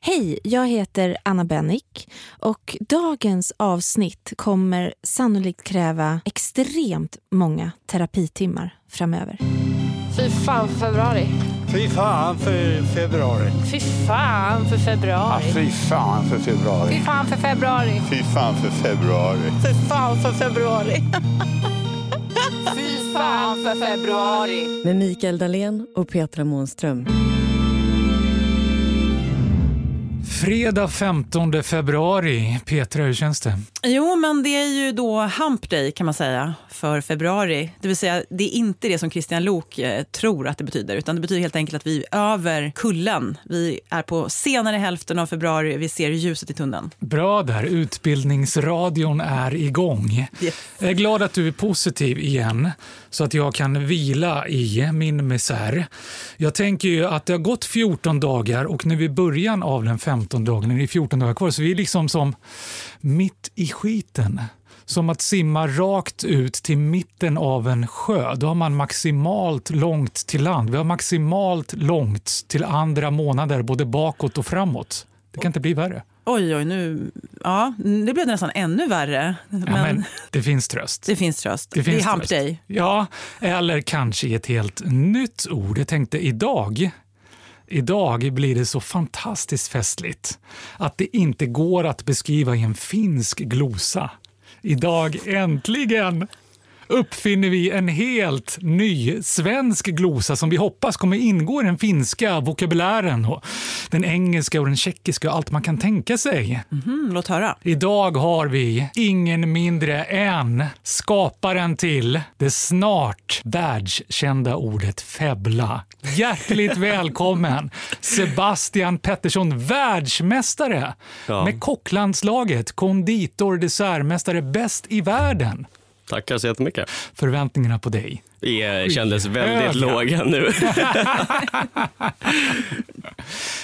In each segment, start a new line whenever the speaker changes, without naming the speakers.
Hej, jag heter Anna Bennick och dagens avsnitt kommer sannolikt kräva extremt många terapitimmar framöver.
Fy fan för februari.
Fy fan för februari.
Fy fan för februari.
Fy fan för februari.
fan för februari.
Fy fan för februari.
Fy fan för februari. Fy fan för februari.
med Mikael Dahlén och Petra Månström.
Fredag 15 februari. Petra, hur känns det?
Jo, men det är ju då hump day kan man säga för februari. Det vill säga, det är inte det som Christian Lok eh, tror att det betyder, utan det betyder helt enkelt att vi är över kullen. Vi är på senare hälften av februari, vi ser ljuset i tunneln.
Bra där, utbildningsradion är igång.
Yes.
Jag är glad att du är positiv igen, så att jag kan vila i min misär. Jag tänker ju att det har gått 14 dagar och nu i början av den 15 dagen, det är 14 dagar kvar, så vi är liksom som mitt i skiten. Som att simma rakt ut till mitten av en sjö. Då har man maximalt långt till land. Vi har maximalt långt till andra månader, både bakåt och framåt. Det kan inte bli värre.
Oj, oj, nu... Ja, nu blev det nästan ännu värre. Men,
Ja, men det finns tröst.
det finns tröst.
Det finns
är hump
tröst.
day.
Ja, eller kanske ett helt nytt ord. Jag tänkte idag, idag blir det så fantastiskt festligt att det inte går att beskriva i en finsk glosa. Idag äntligen uppfinner vi en helt ny svensk glosa som vi hoppas kommer ingå i den finska vokabulären och den engelska och den tjeckiska och allt man kan tänka sig.
Mm, låt höra.
Idag har vi ingen mindre än skaparen till det snart världskända ordet febbla. Hjärtligt välkommen Sebastian Pettersson, världsmästare med kocklandslaget, konditor, dessertmästare, bäst i världen.
Tackar så jättemycket.
Förväntningarna på dig.
Det eh, kändes väldigt
Höga.
låga nu.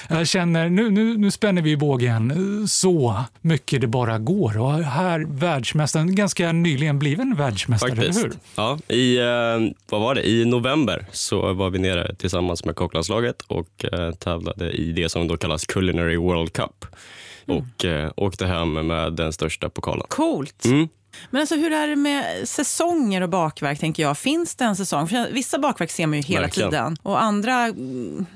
Jag känner, nu, nu, nu spänner vi bågen eh, så mycket det bara går. Och här världsmästaren, ganska nyligen bliven världsmästare, eller hur?
Faktiskt. Ja, i, eh, vad var det? I november så var vi nere tillsammans med kocklandslaget och eh, tävlade i det som då kallas Culinary World Cup och eh, åkte hem med den största pokalen.
Coolt.
Mm.
Men alltså, hur är det med säsonger och bakverk? tänker jag? Finns det en säsong? För vissa bakverk ser man ju hela
Verkligen.
tiden. Och andra, mm,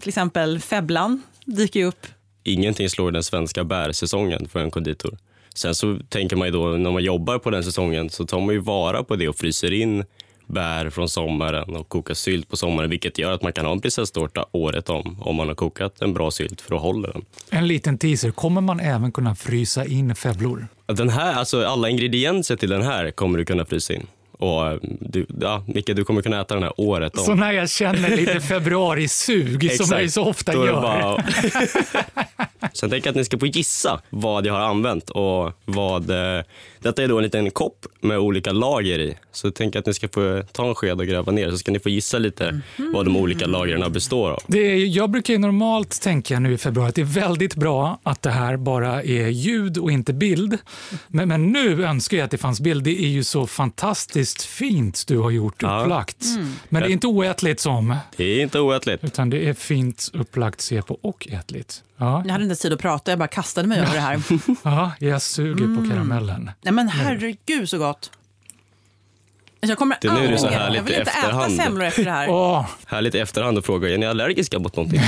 till exempel febblan, dyker ju upp.
Ingenting slår den svenska bärsäsongen för en konditor. Sen så tänker man ju då när man jobbar på den säsongen så tar man ju vara på det och fryser in bär från sommaren och kokar sylt på sommaren vilket gör att man kan ha en prinsesstårta året om om man har kokat en bra sylt för att hålla den.
En liten teaser. Kommer man även kunna frysa in febblor?
Den här, alltså alla ingredienser till den här kommer du kunna frysa in. Och eh, du, ja, Micke, du kommer kunna äta den här året om.
Så när jag känner lite februarisug som jag ju så ofta
Då är det
gör.
bara- Sen tänker jag att ni ska få gissa vad jag har använt. Och vad, eh, detta är då en liten kopp med olika lager i. Så jag tänker att ni ska få ta en sked och gräva ner så ska ni få gissa lite vad de olika lagren består av.
Det är, jag brukar ju normalt tänka nu i februari att det är väldigt bra att det här bara är ljud och inte bild. Men, men nu önskar jag att det fanns bild. Det är ju så fantastiskt fint du har gjort
Ja.
upplagt. Men det är inte oätligt som,
Det är inte oätligt.
utan det är fint upplagt, se på och ätligt. Ja,
Jag hade inte tid att prata, jag bara kastade mig över det här.
ja jag suger på karamellen.
Nej men herregud så gott. Alltså, Jag kommer
Det är nu det är
aldrig
så
mer-
härligt
Jag vill
i
inte äta
efterhand.
semlor efter det här. Och,
Åh,
Härligt i efterhand att fråga, är ni allergiska mot någonting?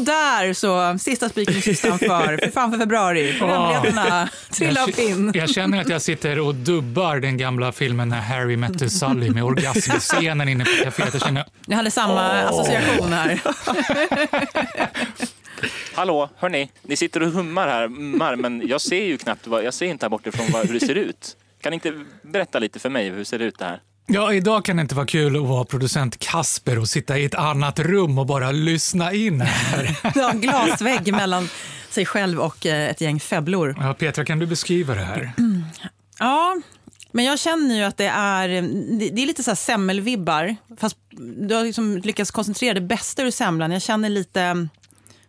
där så, sista spiken i kistan för, för fan för februari. Programledarna trillar upp in.
Jag känner att jag sitter och dubbar den gamla filmen när Harry mötte Sally med orgasmscenen inne på kaféet. Jag känner,
Jag hade samma association här.
Hallå, hörni. Ni sitter och hummar här, ummar, men jag ser ju knappt vad, jag ser inte här bortifrån vad, hur det ser ut. Kan ni inte berätta lite för mig hur det ser ut det här?
ja, idag kan det inte vara kul att vara producent Kasper och sitta i ett annat rum och bara lyssna in. här.
Det var en glasvägg mellan sig själv och eh, ett gäng febblor.
Ja, Petra, kan du beskriva det här?
Ja, men jag känner ju att det är, det, det är lite så här semmelvibbar. Fast du har liksom lyckats koncentrera det bästa ur semlan. Jag känner lite,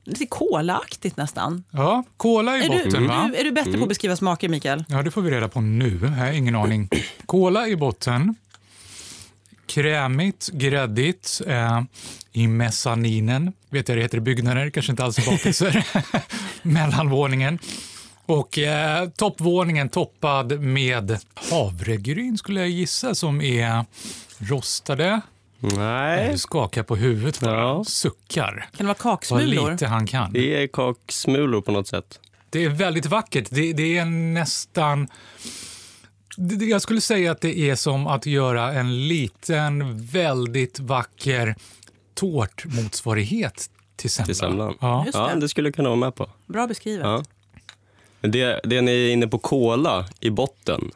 lite kolaaktigt nästan.
Ja, kola i
Är du,
botten, va?
är, du, är du bättre
Mm.
på att beskriva smaker, Mikael?
Ja, det får vi reda på nu. Jag har ingen aning. Kola i botten. Krämigt, gräddigt. Eh, I mezzaninen, vet jag det heter i byggnader, kanske inte alls i bakelser. Mellanvåningen. Och eh, toppvåningen toppad med havregryn skulle jag gissa som är rostade.
Nej,
Du skakar på huvudet bara,
Ja.
suckar.
Kan det vara
Vad
kaksmulor?
lite han kan.
det är kaksmulor på något sätt.
Det är väldigt vackert. Det, det är nästan... det- det- Jag skulle säga att det är som att göra en liten, väldigt vacker tårtmotsvarighet till semlan.
Till semlan.
Ja.
Just
Ja,
det.
det skulle jag kunna vara med på.
Bra beskrivet. Mm.
Ja. Men det, det ni är inne på, kola i botten,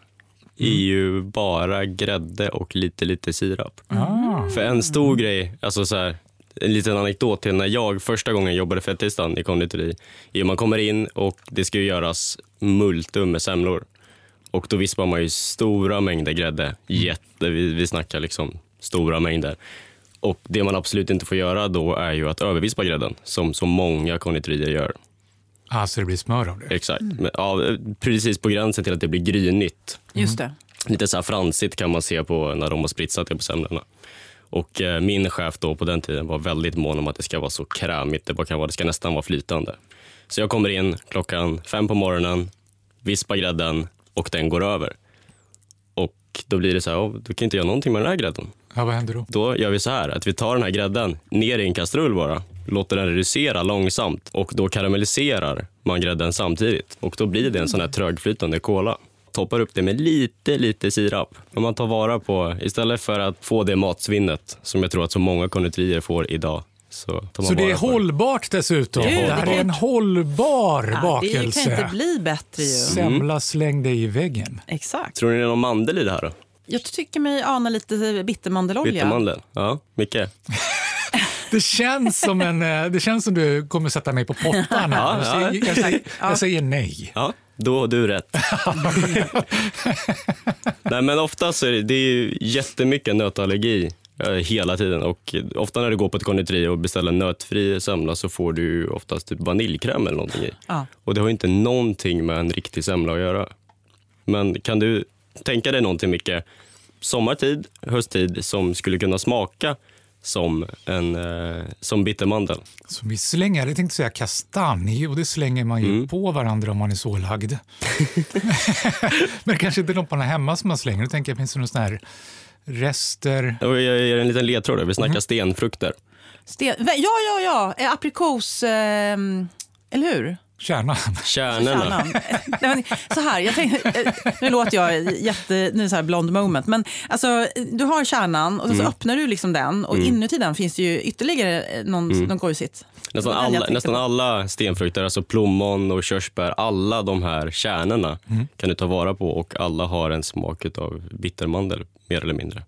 är ju bara grädde och lite, lite sirap.
Ah.
För en stor grej, alltså så här, en liten anekdot till när jag första gången jobbade fettistan i konditori. är Man kommer in och det ska ju göras multum med semlor. Och då vispar man ju stora mängder grädde. Jätte, vi, vi snackar liksom stora mängder. Och det man absolut inte får göra då är ju att övervispa grädden, som så många konditorier gör.
Ah, så det blir smör av det.
Exakt. Men, ja, precis på gränsen till att det blir grynigt.
Just det.
Lite så här fransigt kan man se på när de har spritsat det på semlorna. Och eh, min chef då på den tiden var väldigt mån om att det ska vara så krämigt det bara kan vara. Det ska nästan vara flytande. Så jag kommer in klockan fem på morgonen, vispar grädden och den går över. Och då blir det så här, "Ja, du kan inte göra någonting med den här grädden.
Ja, vad händer då?
Då gör vi så här att vi tar den här grädden ner i en kastrull bara, låter den reducera långsamt och då karamelliserar man grädden samtidigt och då blir det en sån här trögflytande kola. Toppar upp det med lite, lite sirap. Om man tar vara på, istället för att få det matsvinnet som jag tror att så många konditorier får idag. Så, tar man
Så det
vara
är
på
hållbart dessutom.
Gud,
det
det
här
kan
är en
inte-
hållbar
Ja, det kan inte
bakelse.
bli Mm. bättre ju.
Semla slängde i väggen.
Exakt.
Tror ni det är någon mandel i det här då?
Jag tycker mig ana lite bittermandelolja.
Bittermandeln? Ja, Micke?
Det känns som en... eh, Det känns som du kommer sätta mig på pottan här.
Ja,
Jag
ja.
säger, jag säger, jag säger nej.
Ja, då har du rätt. Nej, men oftast är det, det är ju jättemycket nötallergi eh, hela tiden. Och ofta när du går på ett konditori och beställer en nötfri semla så får du ju oftast typ vaniljkräm eller någonting i.
Ja.
Och det har ju inte någonting med en riktig semla att göra. Men kan du tänka dig någonting Micke, sommartid, hösttid som skulle kunna smaka som, en, eh, som bittermandel?
Som Alltså, vi slänger, jag tänkte säga kastanj, och det slänger man ju på varandra om man är så lagd. Men det kanske inte är något man har hemma som man slänger. Då tänker jag, finns det någon sån här rester?
Och Jag ger en liten ledtråd, där. vi snackar stenfrukter.
Sten... Vä- Ja, ja, ja. Eh, Aprikos... ehm, Eller hur?
Kärna?
Kärnorna.
Kärnan. Nej, men, så här, jag tänkte, eh, nu låter jag jätte, nu är det så här blond moment, men alltså, eh, du har kärnan och sen så
Mm.
öppnar du liksom den och inuti den finns det ju ytterligare eh, någon,
Mm.
någon gojsigt.
Nästan
Det var den jag
alla,
tänkte
nästan
på.
alla stenfrukter, alltså plommon och körsbär, alla de här kärnorna
Mm.
kan du ta vara på och alla har en smak av bittermandel, mer eller mindre.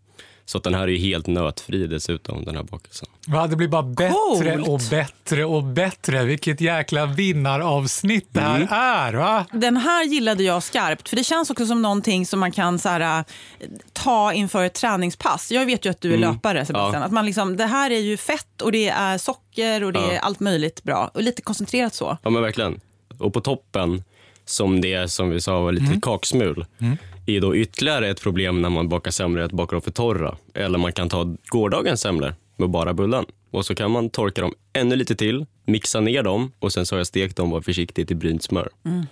Så att den här är ju helt nötfri dessutom, den här bakelsen.
Va, det blir bara bättre
Coolt.
och bättre och bättre. Vilket jäkla vinnaravsnitt det här är. Va?
Den här gillade jag skarpt, för det känns också som någonting som man kan så här, eh, ta inför ett träningspass. Jag vet ju att du är löpare Sebastian.
Mm. Ja.
Att man liksom, det här är ju fett och det är socker och det
Ja.
är allt möjligt bra. Och lite koncentrerat så.
Ja men verkligen. Och på toppen, som det är, som vi sa var lite kaksmul, är då ytterligare ett problem när man bakar semlor, att baka dem för torra. Eller man kan ta gårdagens semlor med bara bullen. Och så kan man torka dem ännu lite till, mixa ner dem och sen så har jag stekt dem, var försiktigt, i brynt smör.
Mhm.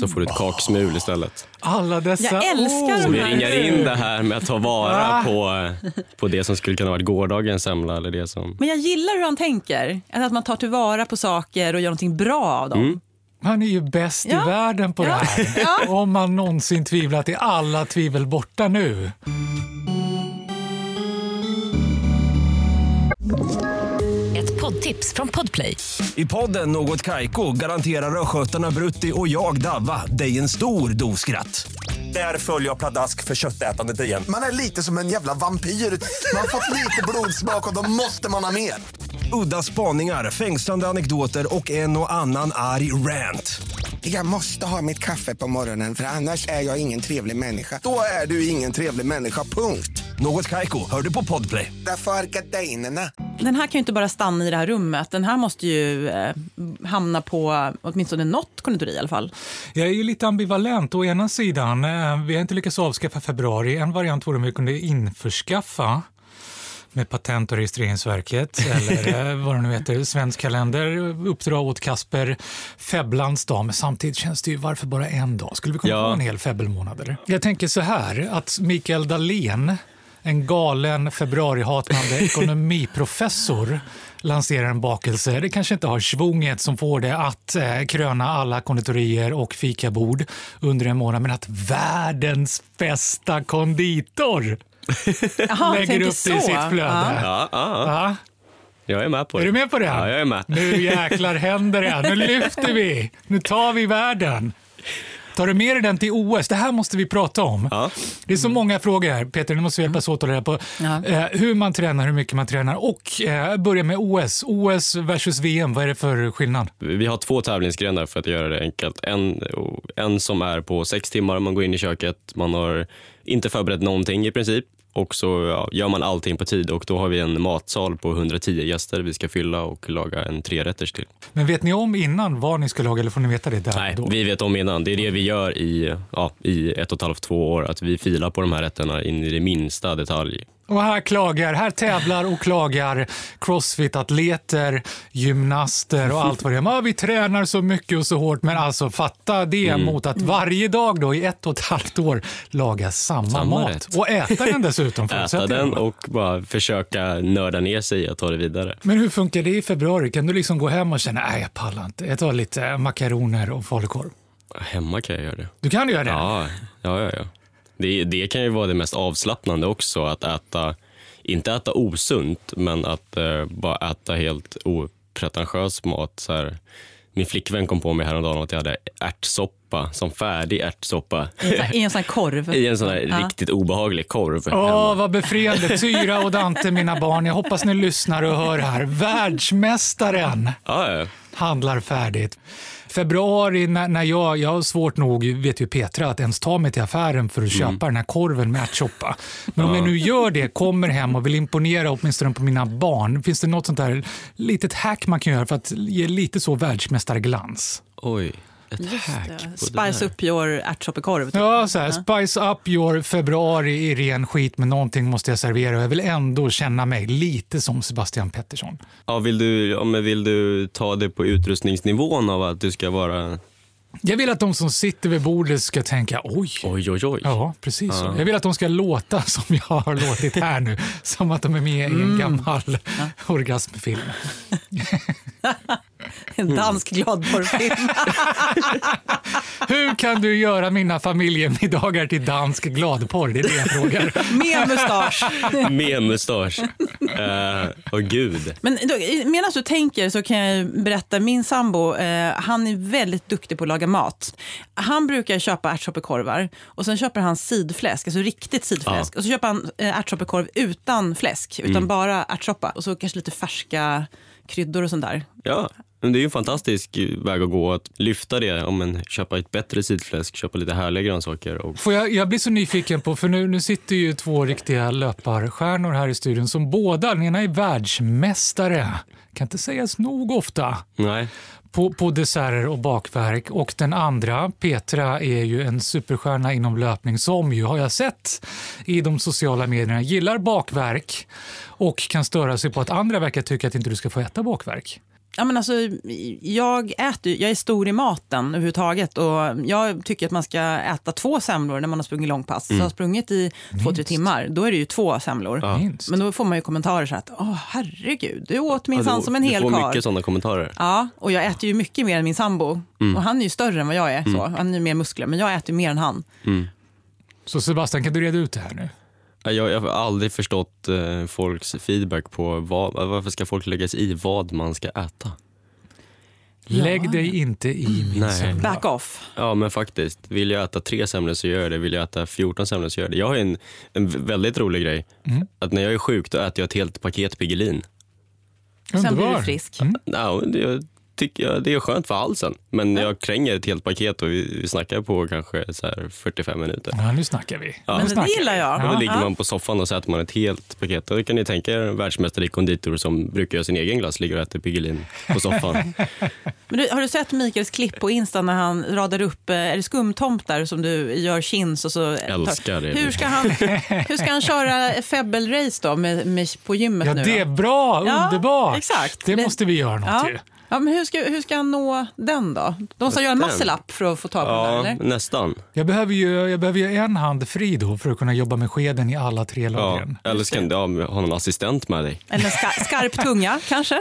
Så får du ett kaksmul istället.
Alla dessa
Jag älskar
ord.
Så
de
vi
här-
ringar in det här med att ta
Ah.
vara på, på det som skulle kunna vara gårdagens semla eller det som...
Men jag gillar hur han tänker. Att man tar tillvara på saker och gör någonting bra av
Mm.
dem.
Man är ju bäst
Ja.
i världen på
Ja.
det här. Om man någonsin tvivlat är alla tvivel borta nu.
Ett poddtips från Podplay.
I podden Något Kaiko garanterar östgötarna Brutti och jag, Davva, dig en stor dos skratt. Där följer jag pladask för köttätandet igen.
Man är lite som en jävla vampyr. Man har fått lite blodsmak och då måste man ha mer.
Udda spaningar, fängslande anekdoter och en och annan arg rant.
Jag måste ha mitt kaffe på morgonen för annars är jag ingen trevlig människa. Då är du ingen trevlig människa, punkt.
Något Kaiko, hör du på Podplay.
Därför är gardinerna.
Den här kan ju inte bara stanna i det här rummet. Den här måste ju eh, hamna på åtminstone något konditori i alla fall.
Jag är ju lite ambivalent. Å ena sidan, eh, vi har inte lyckats avskaffa februari. En variant vore om vi kunde införskaffa med Patent och registreringsverket eller eh, vad det nu heter, Svensk kalender, uppdra åt Kasper Febblans dag. Men samtidigt känns det ju, varför bara en dag? Skulle vi kunna
Ja.
ha en hel febbelmånad? eller? Jag tänker så här, att Mikael Dahlén, en galen februarihatande ekonomiprofessor, lanserar en bakelse. Det kanske inte har svunget som får det att eh, kröna alla konditorier och fikabord under en månad, men att världens bästa konditor
Jaha,
lägger
tänker
upp det i
så.
sitt flöde.
Ja.
Ja, ja,
Ja.
ja. Jag är med på det.
Är du med på det?
Ja, jag är med.
Nu jäklar händer det. Nu lyfter vi. Nu tar vi världen. Tar du med dig den till OS? Det här måste vi prata om. Det är så många frågor här. Peter, nu måste vi hjälpas åt att ta reda på
Ja.
eh, hur man tränar, hur mycket man tränar och eh, börja med OS. OS versus VM, vad är det för skillnad?
Vi har två tävlingsgrenar för att göra det enkelt. En, en som är på sex timmar, man går in i köket, man har inte förberett någonting i princip och så ja, gör man allting på tid och då har vi en matsal på 110 gäster vi ska fylla och laga en trerätters till.
Men vet ni om innan vad ni ska laga eller får ni veta det där
Nej,
då?
vi vet om innan. Det är det vi gör i, ja, i ett och ett halvt, två år, att vi filar på de här rätterna in i det minsta detalj.
Och här klagar, här tävlar och klagar crossfit-atleter, gymnaster och allt vad det är. Ja, vi tränar så mycket och så hårt, men alltså fatta det
Mm.
mot att varje dag då i ett och ett halvt år laga samma,
Samma
mat
rätt.
och äta den dessutom.
Äta
förutsätter jag.
den och bara försöka nörda ner sig och ta det vidare.
Men hur funkar det i februari? Kan du liksom gå hem och känna, nej jag pallar inte, jag tar lite eh, makaroner och falukorv.
Hemma kan jag göra det.
Du kan göra det?
Ja, ja, ja. ja. Det, det kan ju vara det mest avslappnande också, att äta, inte äta osunt, men att eh, bara äta helt opretentiös mat. Så här. Min flickvän kom på mig häromdagen att jag hade ärtsoppa, som färdig ärtsoppa.
I en sån- I en sån här korv.
I en sån här
Ja.
riktigt obehaglig korv.
Åh, vad befriande. Tyra och Dante, mina barn. Jag hoppas ni lyssnar och hör här. Världsmästaren
Ja, ja.
handlar färdigt. Februari, när, när jag, jag har svårt nog, vet ju Petra, att ens ta mig till affären för att köpa den här korven med ärtsoppa. Men om jag nu gör det, kommer hem och vill imponera åtminstone på mina barn, finns det något sånt där litet hack man kan göra för att ge lite så världsmästarglans?
Oj, ett
Just
hack
det.
på det
Spice
där.
up your ärtsoppekorv. typ.
Ja, så här, spice up your februari i ren skit, men någonting måste jag servera. och Jag vill ändå känna mig lite som Sebastian Pettersson.
Ja, vill, du, ja, men vill du ta det på utrustningsnivån av att du ska vara...
Jag vill att de som sitter vid bordet ska tänka oj.
Oj, oj, oj.
Ja, precis så. Jag vill att de ska låta som jag har låtit här nu. Som att de är med i en
Mm.
gammal orgasmfilm.
En dansk gladporrfilm.
Hur kan du göra mina familjemiddagar till dansk gladporr? Det är det jag frågar.
Med mustasch.
Med mustasch. Eh, Åh gud.
Men då, i- medan du tänker så kan jag ju berätta, min sambo, eh, han är väldigt duktig på att laga mat. Han brukar köpa ärtsoppekorvar och sen köper han sidfläsk, alltså riktigt sidfläsk. Och så köper han eh, ärtsoppekorv utan fläsk, utan bara ärtsoppa. Och så kanske lite färska kryddor och sånt där.
Ja, men det är ju en fantastisk väg att gå att lyfta det. Ja, men köpa ett bättre sidfläsk, köpa lite härliga grönsaker. Och...
Får jag, jag blir så nyfiken på, för nu, nu sitter ju två riktiga löparstjärnor här i studion som båda, den ena är världsmästare, kan inte sägas nog ofta,
Nej.
på, på desserter och bakverk. Och den andra, Petra, är ju en superstjärna inom löpning som ju, har jag sett i de sociala medierna, gillar bakverk och kan störa sig på att andra verkar tycka att inte du ska få äta bakverk.
Ja, men alltså, jag, äter, ju- jag är stor i maten överhuvudtaget och jag tycker att man ska äta två semlor när man har sprungit långpass. Så jag har sprungit i två, tre timmar, då är det ju två semlor.
Minst.
Men då får man ju kommentarer så här att åh herregud, du åt min
Ja,
fan
du-
som en hel
Du får
karl.
mycket sådana kommentarer.
Ja, och jag äter ju mycket mer än min sambo.
Mm.
Och han är ju större än vad jag är, så. han är ju mer muskler, men jag äter ju mer än han.
Så Sebastian, kan du reda ut det här nu?
Ja, Jag, jag har aldrig förstått eh, folks feedback på vad, varför ska folk lägga sig i vad man ska äta.
Lägg dig inte i min
Nej.
semla.
Back off.
Ja, men faktiskt. Vill jag äta tre semlor så gör jag det. Vill jag äta 14 semlor så gör jag det. Jag har en, en väldigt rolig grej. Att när jag är sjuk då äter jag ett helt paket Piggelin.
Sen blir du
Underbar. Mm.
frisk.
Ja, det- jag tycker jag det är skönt för halsen. Men jag kränger ett helt paket och vi, vi snackar på kanske så här 45 minuter.
Ja, nu snackar vi.
Ja.
Nu snackar vi.
Och
Ja.
då ligger man på soffan och så äter man ett helt paket. Och då kan ni tänka er en världsmästare i konditor som brukar göra sin egen glass, ligger och äter Piggelin på soffan.
Men du, har du sett Mikaels klipp på Insta när han radar upp eh, är det skumtomtar som du gör chins och så...
Älskar det.
Hur ska han, hur ska han köra febbelrace då med, med, på gymmet
Ja,
nu?
det är
då?
bra,
Ja,
underbart.
exakt.
Det
Men-
måste vi göra något
Ja.
ju.
Ja, men hur, ska, hur ska han nå den då? De måste göra en
Den?
muscle-up för att få tag på den,
Ja,
eller?
nästan.
Jag behöver, ju, jag behöver ju en hand fri då för att kunna jobba med skeden i alla tre
Ja,
lagren.
eller ska du ja, ha någon assistent med dig?
Eller en ska, skarp tunga, kanske?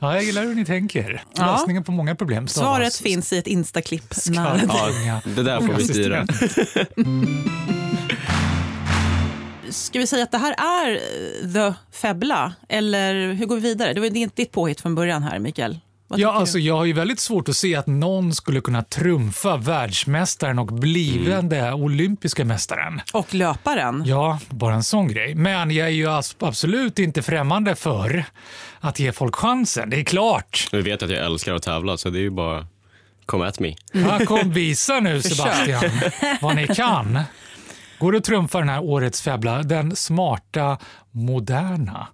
Ja. jag gillar hur ni tänker.
Ja.
Lösningen på många problem stavas.
Svaret finns i ett Insta-klipp.
Skarp
När-
tunga.
det där får vi styra.
Ska vi säga att det här är eh, The Febbla? Eller hur går vi vidare? Det var ju ditt påhitt från början här, Mikael. Vad
Ja,
tycker
alltså, jag har ju väldigt svårt att se att någon skulle kunna trumfa världsmästaren och blivande olympiska mästaren.
du? Och löparen.
Ja, bara en sån grej. Men jag är ju as- absolut inte främmande för att ge folk chansen. Det är klart.
Du vet att jag älskar att tävla, så det är ju bara come at me.
Ja, kom, visa nu Sebastian vad ni kan. Går du att trumfa den här årets febbla, den smarta, moderna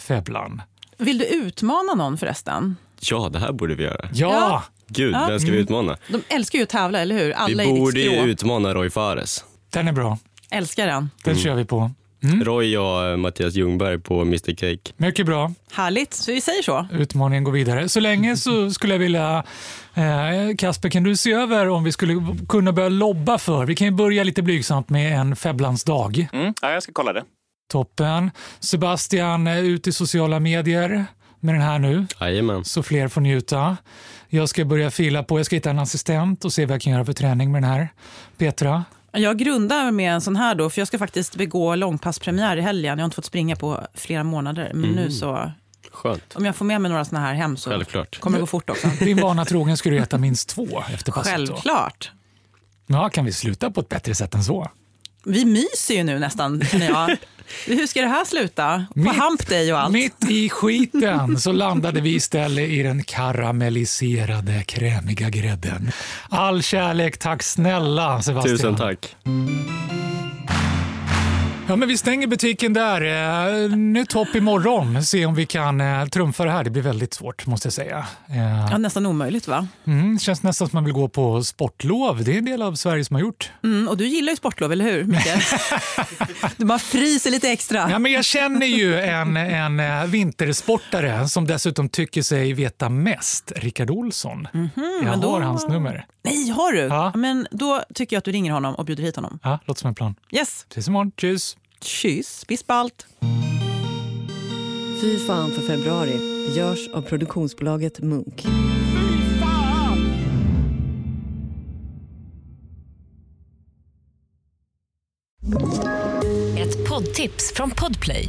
febblan?
Vill du utmana någon förresten?
Ja, det här borde vi göra.
Ja,
Ja.
Gud,
Ja.
vem ska vi utmana?
De älskar ju att tävla, eller hur? Alla
vi
i ditt
borde ju
skrå
utmana Roy Fares.
den är bra.
älskar den.
Den kör vi på.
Roy och eh, Mattias Ljungberg på Mr Cake.
Mycket bra.
Härligt, så vi säger så.
Utmaningen går vidare. Så länge så skulle jag vilja... Eh, Kasper, kan du se över om vi skulle kunna börja lobba för... Vi kan ju börja lite blygsamt med en febblans dag.
Mm, ja, jag ska kolla det.
Toppen. Sebastian, eh, ut i sociala medier med den här nu,
Jajamän.
så fler får njuta. Jag ska börja fila på, jag ska hitta en assistent och se vad jag kan göra för träning med den här. Petra,
Jag grundar med en sån här då, för jag ska faktiskt begå långpasspremiär i helgen. Jag har inte fått springa på flera månader, men
Mm.
nu så...
Skönt.
Om jag får med mig några såna här hem så
Självklart.
kommer det gå fort också.
din vana trogen ska du äta minst två efter passet. Alltså Då.
Självklart.
Ja, kan vi sluta på ett bättre sätt än så?
Vi myser ju nu nästan, känner jag. Hur ska det här sluta? På
Mitt-
hump day och allt.
Mitt i skiten så landade vi istället i den karamelliserade, krämiga grädden. All kärlek, tack snälla Sebastian.
Tusen tack.
Ja, men vi stänger butiken där. Eh, Nytt hopp imorgon. Se om vi kan eh, trumfa det här. Det blir väldigt svårt måste jag säga. Eh,
Ja, nästan omöjligt, va?
Mm, känns nästan som man vill gå på sportlov. Det är en del av Sverige som har gjort.
Mm, och du gillar ju sportlov, eller hur? Micke? du bara fryser lite extra.
Ja, men jag känner ju en, en eh, vintersportare som dessutom tycker sig veta mest, Rickard Olsson. jag
Mhm, men då-
har hans nummer.
Nej, har du?
Ja.
Men då tycker jag att du ringer honom och bjuder hit honom.
Ja, låter som en plan.
Yes.
Ses imorgon. Tjus!
Kyss. Bis bald.
Fy fan för februari görs av produktionsbolaget Munk.
Ett poddtips från Podplay.